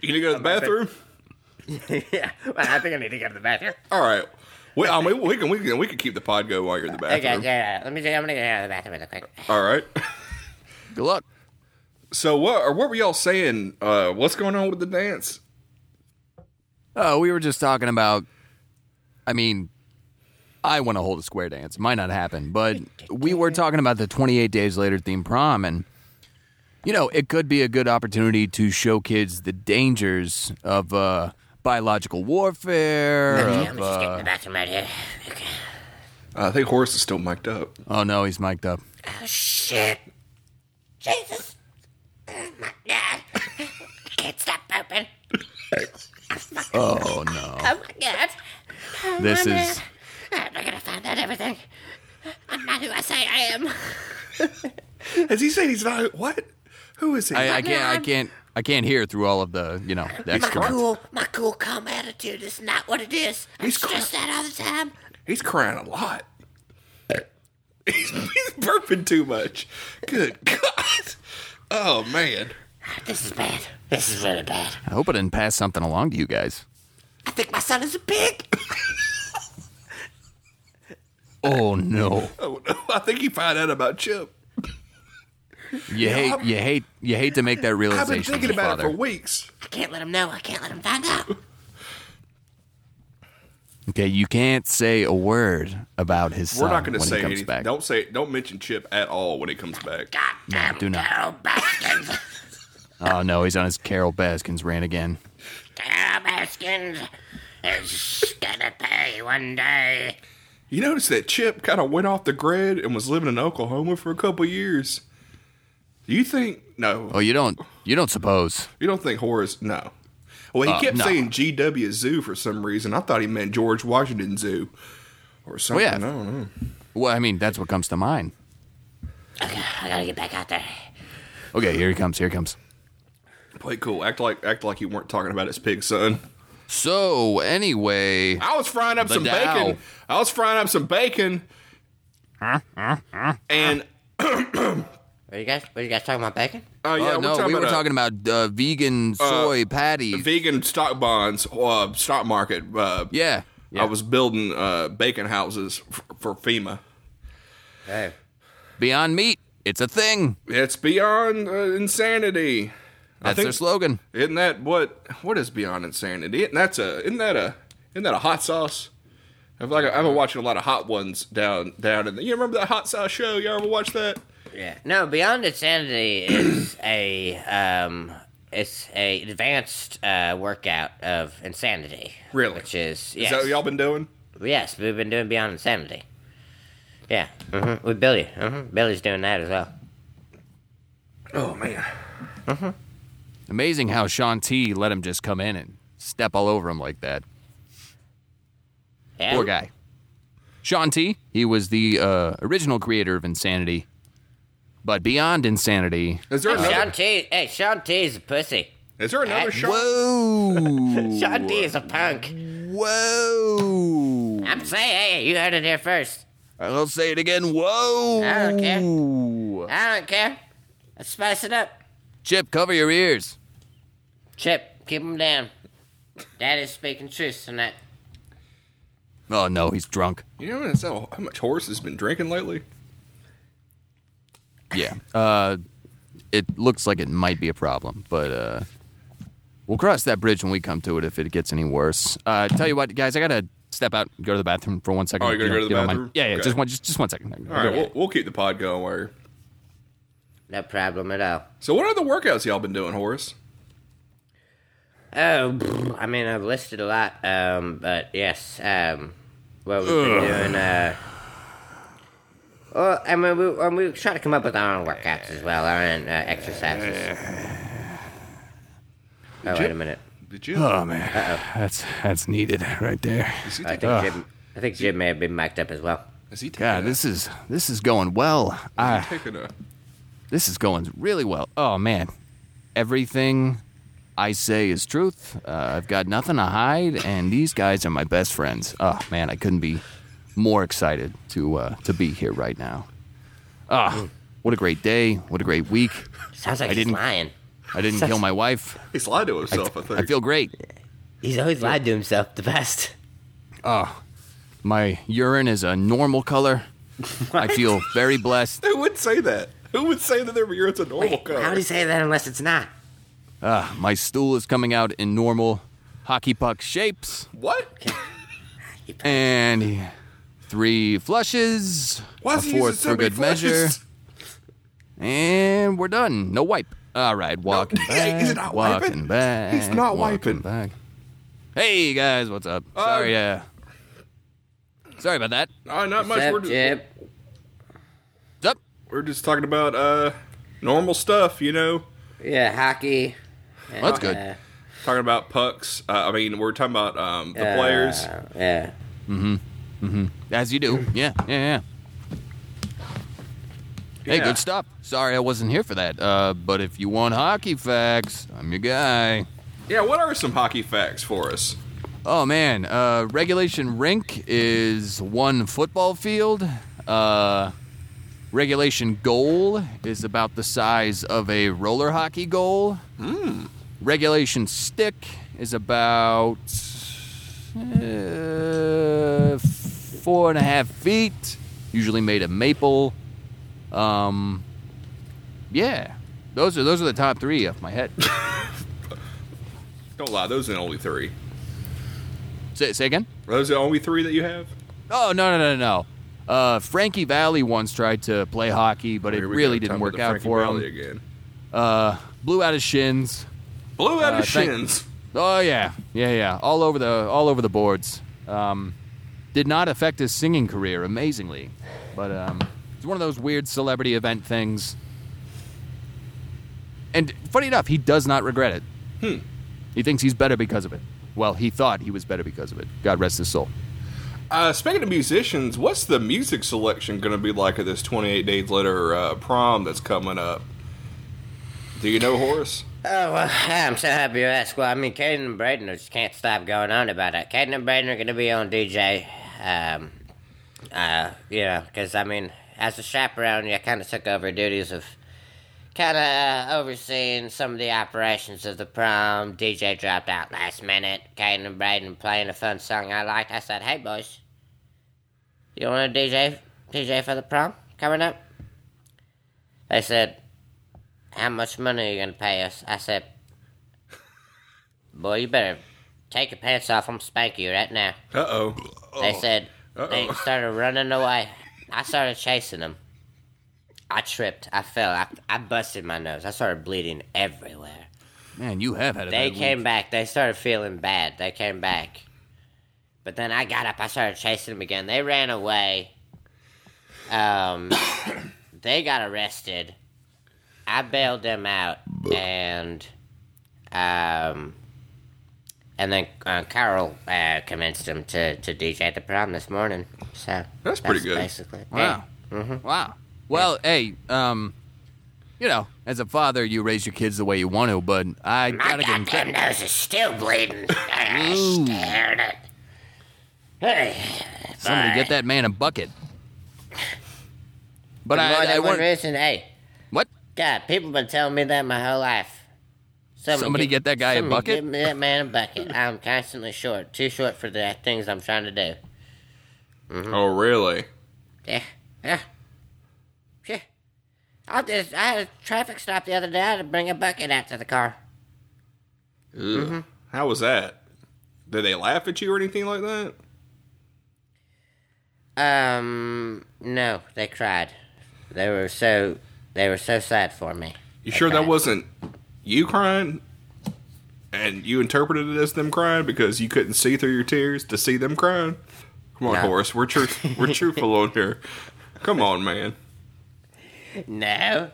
Speaker 1: You gonna go to the bathroom?
Speaker 3: yeah, well, I think I need to go to the bathroom.
Speaker 1: All right. We, I mean, we can we can we can keep the pod going while you're in the
Speaker 3: Okay,
Speaker 1: bathroom.
Speaker 3: yeah. Let me. I'm gonna go out of the bathroom real quick.
Speaker 1: All right.
Speaker 2: Good luck.
Speaker 1: So what or what were y'all saying? Uh, what's going on with the dance?
Speaker 2: Oh, we were just talking about. I mean, I want to hold a square dance. Might not happen, but we were talking about the 28 Days Later theme prom, and you know, it could be a good opportunity to show kids the dangers of uh, biological warfare.
Speaker 3: Okay,
Speaker 2: of,
Speaker 3: I'm just
Speaker 2: uh,
Speaker 3: getting to the bathroom right here. Okay.
Speaker 1: Uh, I think Horace is still mic'd up.
Speaker 2: oh no, he's mic'd up.
Speaker 3: Oh shit! Jesus! Oh my god! I can't stop burping.
Speaker 2: Oh no,
Speaker 3: Oh my god! Oh,
Speaker 2: This
Speaker 3: my
Speaker 2: is-
Speaker 3: God. I'm not gonna find out everything. I'm not who I say I am.
Speaker 1: Is he saying he's not? What? Who is he?
Speaker 2: I, I can't. I can't. I can't hear through all of the, you know, the
Speaker 3: My
Speaker 2: extra.
Speaker 3: cool, my cool, calm attitude is not what it is. I'm
Speaker 1: He's cool.
Speaker 3: stressed out all the time.
Speaker 1: He's crying a lot. He's, he's burping too much. Good God. Oh, man.
Speaker 3: This is bad. This is really bad.
Speaker 2: I hope I didn't pass something along to you guys.
Speaker 3: I think my son is a pig.
Speaker 2: Oh no.
Speaker 1: Oh, no. I think he found out about Chip.
Speaker 2: You hate,
Speaker 1: I'm-
Speaker 2: you hate, you hate to make that realization.
Speaker 1: I've been
Speaker 2: as
Speaker 1: thinking
Speaker 2: a
Speaker 1: about it
Speaker 2: father.
Speaker 1: for weeks.
Speaker 3: I can't let him know. I can't let him find out.
Speaker 2: Okay, you can't say a word about his son
Speaker 1: We're not going to
Speaker 2: when
Speaker 1: say
Speaker 2: he comes
Speaker 1: anything.
Speaker 2: back.
Speaker 1: Don't say. Don't mention Chip at all when he comes back.
Speaker 3: Goddamn
Speaker 2: do not.
Speaker 3: Carol Baskin.
Speaker 2: Oh no, he's on his Carol Baskins rant again.
Speaker 3: Carol Baskins is gonna pay one day.
Speaker 1: You notice that Chip kind of went off the grid and was living in Oklahoma for a couple years. Do you think? No,
Speaker 2: Oh, you don't, you don't suppose?
Speaker 1: you don't think Horace? No. Well, he
Speaker 2: Uh,
Speaker 1: kept
Speaker 2: no.
Speaker 1: saying GW Zoo for some reason. I thought he meant George Washington Zoo or something.
Speaker 2: yeah.
Speaker 1: I don't know.
Speaker 2: Well, I mean, that's what comes to mind.
Speaker 3: Okay, I gotta get back out there.
Speaker 2: Okay, here he comes. Here he comes.
Speaker 1: Play cool. Act like act like you weren't talking about his pig son.
Speaker 2: So anyway,
Speaker 1: I was frying up
Speaker 2: The
Speaker 1: some
Speaker 2: Dow.
Speaker 1: bacon. I was frying up some bacon. uh, and
Speaker 3: What you guys? What you guys talking about bacon?
Speaker 1: uh, yeah,
Speaker 2: uh,
Speaker 1: we're
Speaker 2: no,
Speaker 1: talking
Speaker 2: we were
Speaker 1: about, uh,
Speaker 2: talking about uh, vegan soy patties.
Speaker 1: vegan stock bonds, uh, stock market. Uh,
Speaker 2: yeah, yeah.
Speaker 1: I was building uh, bacon houses f- for FEMA.
Speaker 3: Hey,
Speaker 2: Beyond Meat. It's a thing.
Speaker 1: It's beyond uh, insanity.
Speaker 2: That's their slogan.
Speaker 1: Isn't that what? What is beyond insanity? Isn't that's a? Isn't that a? Isn't that a hot sauce? I've like I've been watching a lot of hot ones down down in the. You remember that hot sauce show? You all ever watch that?
Speaker 3: yeah. No, Beyond Insanity is a um, it's a advanced uh, workout of insanity.
Speaker 1: Really?
Speaker 3: Which is
Speaker 1: Is
Speaker 3: yes,
Speaker 1: that what y'all been doing?
Speaker 3: yes. We've been doing Beyond Insanity. Yeah, hmm with Billy. hmm Billy's doing that as well.
Speaker 1: Oh man.
Speaker 2: Amazing how Sean T let him just come in and step all over him like that.
Speaker 3: Yeah.
Speaker 2: Poor guy. Sean T. He was the uh, original creator of Insanity, but beyond Insanity.
Speaker 1: Is there
Speaker 3: Sean
Speaker 1: another?
Speaker 3: T. Hey, Sean T. is a pussy.
Speaker 1: Is there another shot?
Speaker 2: Whoa!
Speaker 3: Sean T. is a punk.
Speaker 2: Whoa!
Speaker 3: I'm saying, hey, you heard it here first.
Speaker 2: I'll say it again. Whoa!
Speaker 3: I don't I don't care. Let's spice it up.
Speaker 2: Chip, cover your ears.
Speaker 3: Chip, keep him down. Daddy's speaking truth tonight.
Speaker 2: Oh no, he's drunk.
Speaker 1: You know that's how, how much Horace has been drinking lately.
Speaker 2: Yeah. Uh, it looks like it might be a problem, but uh, we'll cross that bridge when we come to it if it gets any worse. Uh, tell you what, guys, I gotta step out and go to the bathroom for one second.
Speaker 1: Oh, you gotta
Speaker 2: If
Speaker 1: go to the
Speaker 2: don't mind.
Speaker 1: bathroom?
Speaker 2: Yeah, yeah,
Speaker 1: Okay.
Speaker 2: just one, just, just one second.
Speaker 1: All right, we'll, we'll keep the pod going. Where?
Speaker 3: No problem at all.
Speaker 1: So, what other workouts y'all been doing, Horace?
Speaker 3: Oh, pfft, I mean, I've listed a lot, um, but yes, um, what we've been doing, uh, well, I mean, we, um, we try to come up with our own workouts as well, our own uh, exercises. Oh, wait a minute.
Speaker 1: Did you?
Speaker 2: Oh man, that's that's needed right there.
Speaker 1: is, he
Speaker 3: I
Speaker 1: taking,
Speaker 3: think, Jim, I think Jim may have been mic'd up as well.
Speaker 1: is he taking
Speaker 2: God,
Speaker 1: a-
Speaker 2: this is this is going well. I,
Speaker 1: taking a?
Speaker 2: this is going really well. Oh man, everything I say is truth. Uh, I've got nothing to hide, and these guys are my best friends. Oh man, I couldn't be more excited to uh, to be here right now. Ah, what a great day! What a great week!
Speaker 3: Sounds like
Speaker 2: I
Speaker 3: he's
Speaker 2: didn't-
Speaker 3: lying.
Speaker 2: I didn't kill my wife.
Speaker 1: He's lied to himself. I, think.
Speaker 2: I feel great.
Speaker 3: He's always lied to himself the best.
Speaker 2: My urine is a normal color. I feel very blessed.
Speaker 1: Who would say that? Who would say that their urethra's a normal color?
Speaker 3: How would he say that unless it's not?
Speaker 2: Ah, my stool is coming out in normal hockey puck shapes.
Speaker 1: what?
Speaker 2: And three flushes.
Speaker 1: Why
Speaker 2: a
Speaker 1: is he using
Speaker 2: fourth
Speaker 1: so
Speaker 2: for
Speaker 1: many
Speaker 2: good
Speaker 1: flushes?
Speaker 2: measure. And we're done. No wipe. All right, walking
Speaker 1: Hey,
Speaker 2: back.
Speaker 1: is it not
Speaker 2: walking
Speaker 1: wiping?
Speaker 2: back.
Speaker 1: He's not
Speaker 2: walking
Speaker 1: wiping.
Speaker 2: Back. Hey guys, what's up? Sorry, uh, sorry about that.
Speaker 1: Uh, not much.
Speaker 3: Sup,
Speaker 1: we're, just,
Speaker 3: Jim?
Speaker 2: What's up?
Speaker 1: we're just talking about uh, normal stuff, you know.
Speaker 3: Yeah, hockey. and,
Speaker 2: That's good.
Speaker 3: uh,
Speaker 1: Talking about pucks. Uh, I mean, we're talking about um, the players.
Speaker 3: uh, yeah.
Speaker 2: As you do. Yeah, yeah, yeah. Hey,
Speaker 1: Yeah.
Speaker 2: good stuff. Sorry I wasn't here for that. Uh, but if you want hockey facts, I'm your guy.
Speaker 1: Yeah. What are some hockey facts for us?
Speaker 2: Oh man, uh, regulation rink is one football field. Uh, regulation goal is about the size of a roller hockey goal. Regulation stick is about uh, four and a half feet, usually made of maple. Um, yeah, those are those are the top three off my head.
Speaker 1: Don't lie. Those are the only three.
Speaker 2: say, say again.
Speaker 1: Are those the only three that you have?
Speaker 2: Oh no no no no! Uh, Frankie Valley once tried to play hockey, but it
Speaker 1: Oh, Here we
Speaker 2: really
Speaker 1: go,
Speaker 2: didn't
Speaker 1: talking
Speaker 2: work
Speaker 1: about the
Speaker 2: out
Speaker 1: Frankie
Speaker 2: for
Speaker 1: Valley
Speaker 2: him.
Speaker 1: again.
Speaker 2: blew out his shins.
Speaker 1: Blew out
Speaker 2: Uh,
Speaker 1: his
Speaker 2: thank-
Speaker 1: shins.
Speaker 2: Oh yeah, yeah, yeah. All over the all over the boards. Um, did not affect his singing career, amazingly, but um, it's one of those weird celebrity event things. And funny enough, he does not regret it. Hmm. He thinks he's better because of it. Well, he thought he was better because of it. God rest his soul.
Speaker 1: Uh, speaking of musicians, what's the music selection going to be like at this 28 Days Later uh, prom that's coming up? Do you know, Horace?
Speaker 3: Oh, well, I'm so happy you asked. Well, I mean, Caden and Braden just can't stop going on about it. Caden and Braden are going to be on DJ. Um, uh, you know, because, I mean, as a chaperone, I kind of took over duties of kind of uh, overseeing some of the operations of the prom. DJ dropped out last minute. Caden and Braden playing a fun song I liked. I said, hey, boys, you want to DJ, DJ for the prom coming up? They said, how much money are you gonna pay us? I said, Boy, you better take your pants off. I'm spanking you right now.
Speaker 1: Uh oh.
Speaker 3: They said, They
Speaker 1: Uh-oh.
Speaker 3: started running away. I started chasing them. I tripped. I fell. I, I busted my nose. I started bleeding everywhere.
Speaker 2: Man, you have had a
Speaker 3: They
Speaker 2: bad
Speaker 3: came
Speaker 2: week.
Speaker 3: back. They started feeling bad. They came back. But then I got up. I started chasing them again. They ran away. Um, they got arrested. I bailed them out, and um, and then uh, Carl uh, convinced them to to DJ at the prom this morning. So
Speaker 1: That's pretty good.
Speaker 3: Basically,
Speaker 2: Wow.
Speaker 3: Mm-hmm.
Speaker 2: Wow. Well, hey, um, you know, as a father, you raise your kids the way you want to, but I
Speaker 3: My
Speaker 2: gotta give
Speaker 3: goddamn
Speaker 2: him.
Speaker 3: nose is still bleeding. I
Speaker 2: Ooh.
Speaker 3: stared at. Hey,
Speaker 2: Somebody
Speaker 3: Bye.
Speaker 2: get that man a bucket. But
Speaker 3: For more
Speaker 2: I, I
Speaker 3: than one
Speaker 2: want
Speaker 3: reason. Hey,
Speaker 2: what?
Speaker 3: God, people been telling me that my whole life.
Speaker 2: Somebody get that guy a
Speaker 3: somebody
Speaker 2: bucket?
Speaker 3: Give me that man a bucket. I'm constantly short, too short for the things I'm trying to do.
Speaker 2: Mm-hmm.
Speaker 1: Oh, really?
Speaker 3: Yeah, yeah, yeah. I just I had a traffic stop the other day. I had to bring a bucket out to the car.
Speaker 1: Ugh. How was that? Did they laugh at you or anything like that?
Speaker 3: Um, no, they cried. They were so they were so sad for me.
Speaker 1: You sure that
Speaker 3: cried.
Speaker 1: wasn't you crying? And you interpreted it as them crying because you couldn't see through your tears to see them crying? Come on,
Speaker 3: No.
Speaker 1: Horace. We're, truth we're truthful on here. Come on, man.
Speaker 3: No,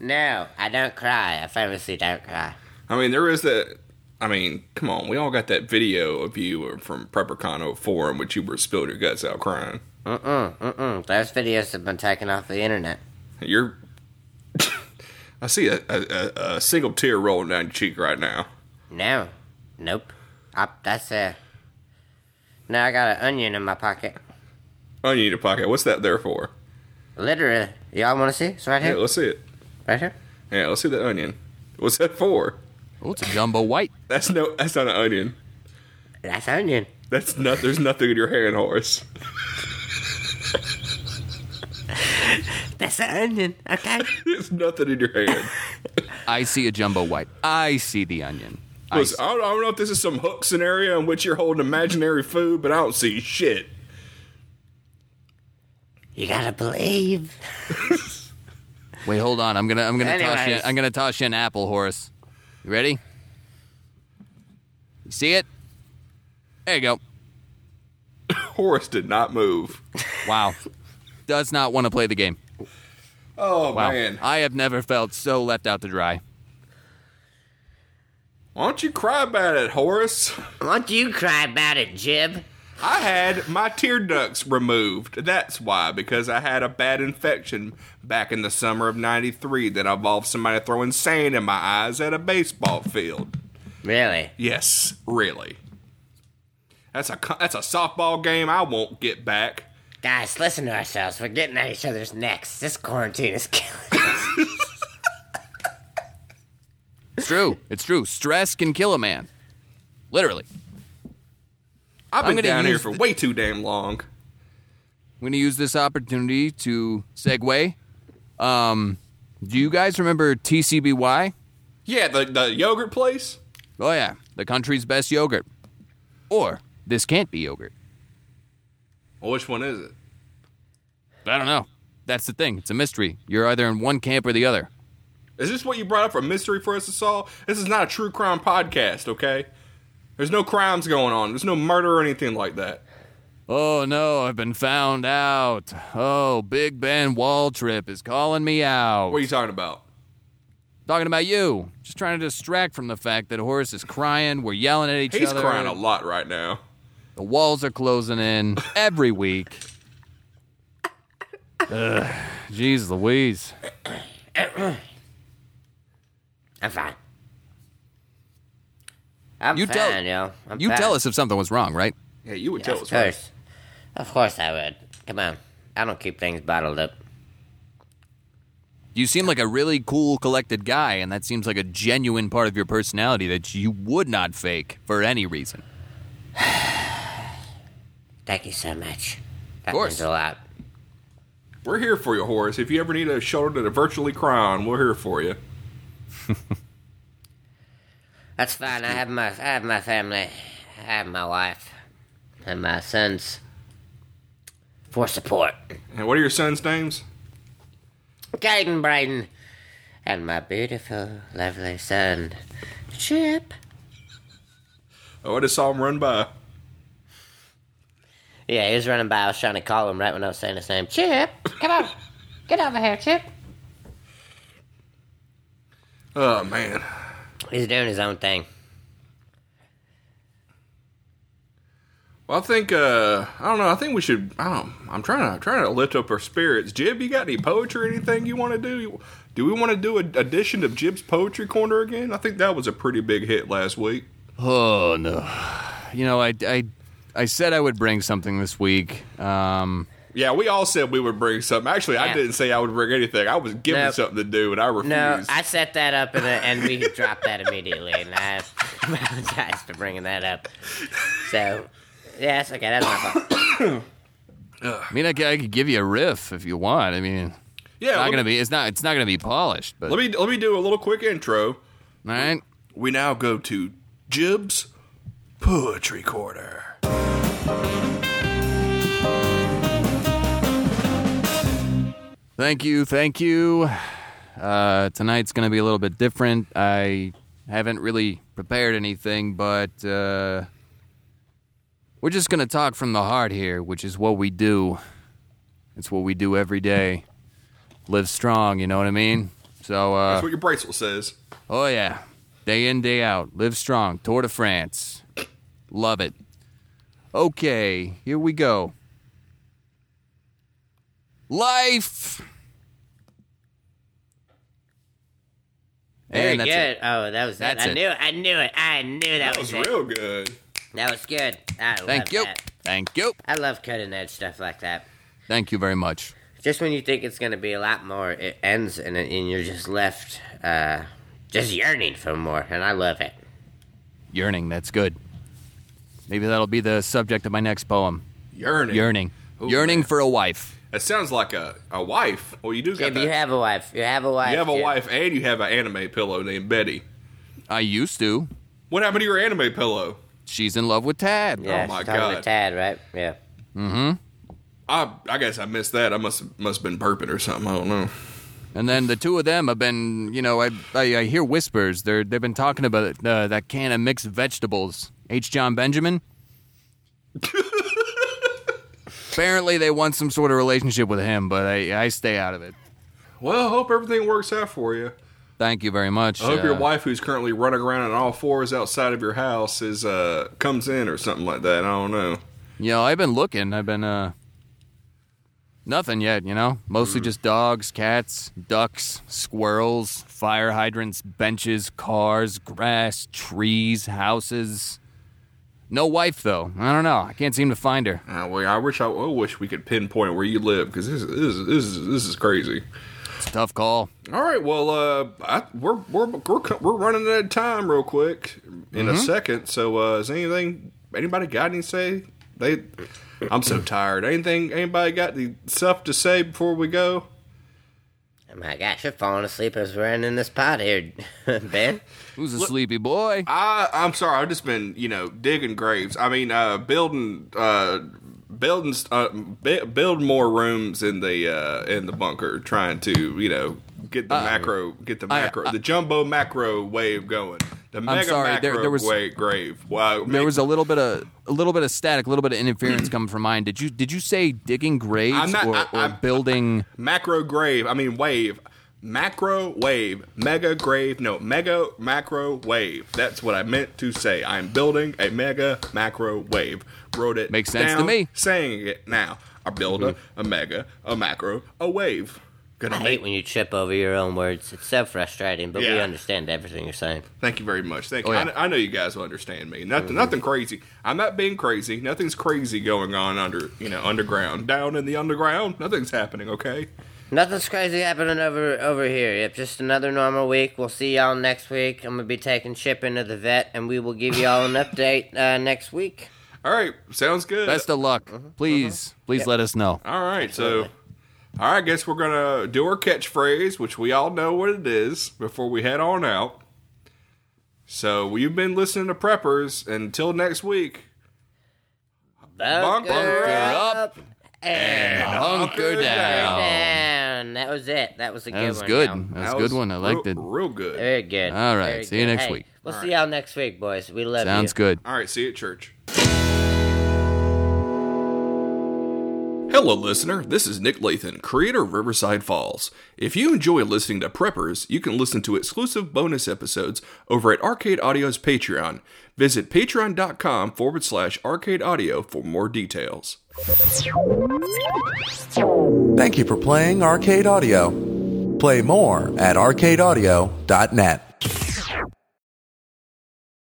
Speaker 3: no, I don't cry. I famously don't cry.
Speaker 1: I mean, there is that. I mean, come on. We all got that video of you from PrepperCon 04 in which you were spilling your guts out crying.
Speaker 3: Mm-mm, mm-mm. Those videos have been taken off the internet.
Speaker 1: You're. I see a, a, a, a single tear rolling down your cheek right now.
Speaker 3: No. Nope. I, that's a. No, I got an onion in my pocket.
Speaker 1: Oh, you need a pocket. What's that there for?
Speaker 3: Literally. Y'all want to see? It's right
Speaker 1: Yeah,
Speaker 3: here.
Speaker 1: let's see it.
Speaker 3: Right here.
Speaker 1: Yeah, let's see the onion. What's that for?
Speaker 2: Oh, it's a jumbo white.
Speaker 1: That's no. That's not an onion.
Speaker 3: That's onion.
Speaker 1: That's not. There's nothing in your hand, Horace.
Speaker 3: That's an onion. Okay.
Speaker 1: There's nothing in your hand.
Speaker 2: I see a jumbo white. I see the onion. I
Speaker 1: Listen, I, don't, I don't know if this is some hook scenario in which you're holding imaginary food, but I don't see shit.
Speaker 3: you gotta believe.
Speaker 2: see- Wait, hold on. I'm gonna I'm gonna toss you
Speaker 3: Anyways.
Speaker 2: I'm gonna toss you an apple, Horace. You ready? You see it? There you go.
Speaker 1: Horace did not move.
Speaker 2: Wow. Does not want to play the game.
Speaker 1: Oh
Speaker 2: Wow.
Speaker 1: man,
Speaker 2: I have never felt so left out to dry.
Speaker 1: why don't you cry about it, Horace?
Speaker 3: Why don't you cry about it, Jib?
Speaker 1: I had my tear ducts removed. That's why, because I had a bad infection back in the summer of '93 that involved somebody throwing sand in my eyes at a baseball field.
Speaker 3: Really?
Speaker 1: Yes, really. That's a co- that's a softball game I won't get back.
Speaker 3: Guys, listen to ourselves. We're getting at each other's necks. This quarantine is killing.
Speaker 2: It's true. It's true. Stress can kill a man. Literally.
Speaker 1: I've
Speaker 2: I'm
Speaker 1: been
Speaker 2: gonna
Speaker 1: down here
Speaker 2: use
Speaker 1: for
Speaker 2: the-
Speaker 1: way too damn long.
Speaker 2: I'm going to use this opportunity to segue. Um, do you guys remember TCBY?
Speaker 1: Yeah, the the yogurt place.
Speaker 2: Oh, yeah. The country's best yogurt. Or this can't be yogurt.
Speaker 1: Well, which one is it?
Speaker 2: I don't know. That's the thing. It's a mystery. You're either in one camp or the other.
Speaker 1: Is this what you brought up for mystery for us to solve? This is not a true crime podcast, okay? There's no crimes going on. There's no murder or anything like that.
Speaker 2: Oh no, I've been found out. Oh, Big Ben Waltrip is calling me out.
Speaker 1: What are you talking about?
Speaker 2: Talking about you. Just trying to distract from the fact that Horace is crying. We're yelling at each
Speaker 1: He's
Speaker 2: other.
Speaker 1: crying a lot right now.
Speaker 2: The walls are closing in every week. Ugh, Jeez Louise.
Speaker 3: I'm fine. I'm
Speaker 2: You
Speaker 3: fine,
Speaker 2: tell-
Speaker 3: yo. I'm
Speaker 2: You
Speaker 3: fine.
Speaker 2: tell us if something was wrong, right?
Speaker 1: Yeah, you would
Speaker 3: Of
Speaker 1: tell us.
Speaker 3: course.
Speaker 1: Right?
Speaker 3: Of course I would. Come on. I don't keep things bottled up.
Speaker 2: You seem like a really cool, collected guy, and that seems like a genuine part of your personality that you would not fake for any reason.
Speaker 3: Thank you so much. That
Speaker 2: course.
Speaker 3: means a lot.
Speaker 1: We're here for you, Horace. If you ever need a shoulder to virtually cry on, we're here for you.
Speaker 3: That's fine. I have my I have my family. I have my wife and my sons for support.
Speaker 1: And what are your son's names?
Speaker 3: Caden Brayden and my beautiful, lovely son Chip.
Speaker 1: Oh, I just saw him run by.
Speaker 3: Yeah, he was running by. I was trying to call him right when I was saying his name. Chip, come on, get over here, Chip.
Speaker 1: Oh man.
Speaker 3: He's doing his own thing.
Speaker 1: Well, I think uh, I don't know. I think we should. I don't. I'm trying to. I'm trying to lift up our spirits. Jib, you got any poetry or anything you want to do? You- Do we want to do an edition of Jib's Poetry Corner again? I think that was a pretty big hit last week.
Speaker 2: Oh no! You know, I, I, I said I would bring something this week. Um,
Speaker 1: Yeah, we all said we would bring something. Actually, I
Speaker 3: Yeah.
Speaker 1: didn't say I would bring anything. I was given
Speaker 3: Nope.
Speaker 1: something to do, and I refused.
Speaker 3: No, I set that up and, uh, and we dropped that immediately, and I apologize for bringing that up. So, yeah, it's okay. That's my fault.
Speaker 2: I mean, I, c- I could give you a riff if you want. I mean,
Speaker 1: yeah,
Speaker 2: it's
Speaker 1: let
Speaker 2: not gonna
Speaker 1: me,
Speaker 2: be. It's not. It's not gonna be polished. But
Speaker 1: let me let me do a little quick intro.
Speaker 2: all right.
Speaker 1: We now go to Jib's Poetry Corner.
Speaker 2: Thank you, thank you. Uh, tonight's going to be a little bit different. I haven't really prepared anything, but uh, we're just going to talk from the heart here, which is what we do. It's what we do every day. Live strong, you know what I mean? So, uh,
Speaker 1: That's what your bracelet says.
Speaker 2: oh yeah, day in, day out. Live strong. Tour de France. Love it. Okay, here we go. Life.
Speaker 3: Very
Speaker 2: and that's
Speaker 3: good.
Speaker 2: it.
Speaker 3: Oh, that was that.
Speaker 2: That's
Speaker 3: I
Speaker 2: it.
Speaker 3: knew it. I knew it. I knew that,
Speaker 1: That was
Speaker 3: it.
Speaker 1: real good.
Speaker 3: That was good. I
Speaker 2: Thank
Speaker 3: love
Speaker 2: you.
Speaker 3: that.
Speaker 2: Thank you.
Speaker 3: I love cutting edge stuff like that.
Speaker 2: Thank you very much.
Speaker 3: Just when you think it's going to be a lot more, it ends and, and you're just left uh, just yearning for more, and I love it.
Speaker 2: Yearning, that's good. Maybe that'll be the subject of my next poem.
Speaker 1: Yearning.
Speaker 2: Yearning. Yearning for a wife.
Speaker 1: That sounds like a, a wife. Well, you do got
Speaker 3: If
Speaker 1: that.
Speaker 3: you have a wife, you have a wife.
Speaker 1: You have a
Speaker 3: dude.
Speaker 1: wife and you have an anime pillow named Betty.
Speaker 2: I used to.
Speaker 1: What happened to your anime pillow?
Speaker 2: She's in love with Tad.
Speaker 3: Yeah,
Speaker 1: Oh my
Speaker 3: she's talking to
Speaker 1: God.
Speaker 3: Tad, right? Yeah.
Speaker 1: I I guess I missed that. I must must have been burping or something. I don't know.
Speaker 2: And then the two of them have been, you know, I I, I hear whispers. They're they've been talking about uh, that can of mixed vegetables. H. John Benjamin. Apparently, they want some sort of relationship with him, but I, I stay out of it.
Speaker 1: Well, I hope everything works out for you.
Speaker 2: Thank you very much.
Speaker 1: I hope your
Speaker 2: Uh,
Speaker 1: wife, who's currently running around on all fours outside of your house, is uh comes in or something like that. I don't know.
Speaker 2: You know, I've been looking. I've been uh, nothing yet. You know, mostly just dogs, cats, ducks, squirrels, fire hydrants, benches, cars, grass, trees, houses. No wife though. I don't know. I can't seem to find her.
Speaker 1: Uh, well, I wish I, I wish we could pinpoint where you live because this is this is this is crazy.
Speaker 2: It's a tough call.
Speaker 1: All right, well, uh, I, we're, we're we're co- we're running out of time real quick in a second. So, uh, is anything anybody got any say? They, I'm so tired. Anything anybody got the stuff to say before we go?
Speaker 3: Oh my gosh, you're falling asleep as we're ending this pod here, Ben.
Speaker 2: Who's a sleepy boy?
Speaker 1: I I'm sorry. I've just been you know digging graves. I mean, uh, building uh, building uh, bu- build more rooms in the uh, in the bunker, trying to you know get the
Speaker 2: Uh,
Speaker 1: macro, get the
Speaker 2: I-
Speaker 1: macro,
Speaker 2: I-
Speaker 1: the jumbo macro wave going. The mega
Speaker 2: sorry, there-
Speaker 1: macro
Speaker 2: there was-
Speaker 1: wave, grave. Wow,
Speaker 2: There was a little bit of a little bit of static, a little bit of interference coming from mine. Did you did you say digging graves
Speaker 1: I'm not-
Speaker 2: or,
Speaker 1: I-
Speaker 2: or
Speaker 1: I'm-
Speaker 2: building?
Speaker 1: macro grave. I mean wave, macro wave, mega grave. No, mega macro wave. That's what I meant to say. I'm building a mega macro wave. Wrote it.
Speaker 2: Makes sense to
Speaker 1: down,
Speaker 2: me. Mm-hmm.
Speaker 1: Saying it now. I build a, a mega, a macro, a wave. Gonna
Speaker 3: I
Speaker 1: make.
Speaker 3: hate when you trip over your own words. It's so frustrating, but we
Speaker 1: Yeah.
Speaker 3: understand everything you're saying.
Speaker 1: Thank you very much. Thank
Speaker 2: Oh,
Speaker 1: you.
Speaker 2: yeah. Mm-hmm.
Speaker 1: I, I know you guys will understand me. Nothing, nothing crazy. I'm not being crazy. Nothing's crazy going on under, you know, underground, down in the underground. Nothing's happening. Okay.
Speaker 3: Nothing's crazy happening over over here. Yep, just another normal week. We'll see y'all next week. I'm gonna be taking Chip into the vet, and we will give y'all an update uh, next week.
Speaker 1: All right. Sounds good.
Speaker 2: Best of luck,
Speaker 1: Uh-huh.
Speaker 2: please, please let us know.
Speaker 1: all right. So, all right. I guess we're gonna do our catchphrase, which we all know what it is, before we head on out. So you've been listening to Preppers. Until next week.
Speaker 3: Bunker,
Speaker 1: Bunker
Speaker 2: up
Speaker 3: and
Speaker 2: Hunker
Speaker 1: Hunker
Speaker 2: down.
Speaker 3: down. That was it. Oh. That was a
Speaker 2: That
Speaker 3: good
Speaker 2: was
Speaker 3: one.
Speaker 2: good.
Speaker 3: y'all.
Speaker 2: That was a
Speaker 1: That
Speaker 2: good
Speaker 1: was
Speaker 2: one. I liked
Speaker 1: real-
Speaker 2: it.
Speaker 1: Real good.
Speaker 3: Very good.
Speaker 2: All right,
Speaker 3: Very
Speaker 2: see you
Speaker 3: good.
Speaker 2: next
Speaker 3: Hey,
Speaker 2: week.
Speaker 3: We'll see y'all next week, boys. We love you.
Speaker 2: Sounds good.
Speaker 1: All right, see you at church. Hello, listener. This is Nick Lathan, creator of Riverside Falls. If you enjoy listening to Preppers, you can listen to exclusive bonus episodes over at Arcade Audio's Patreon. Visit patreon.com forward slash arcade audio for more details.
Speaker 4: Thank you for playing Arcade Audio. Play more at arcadeaudio.net.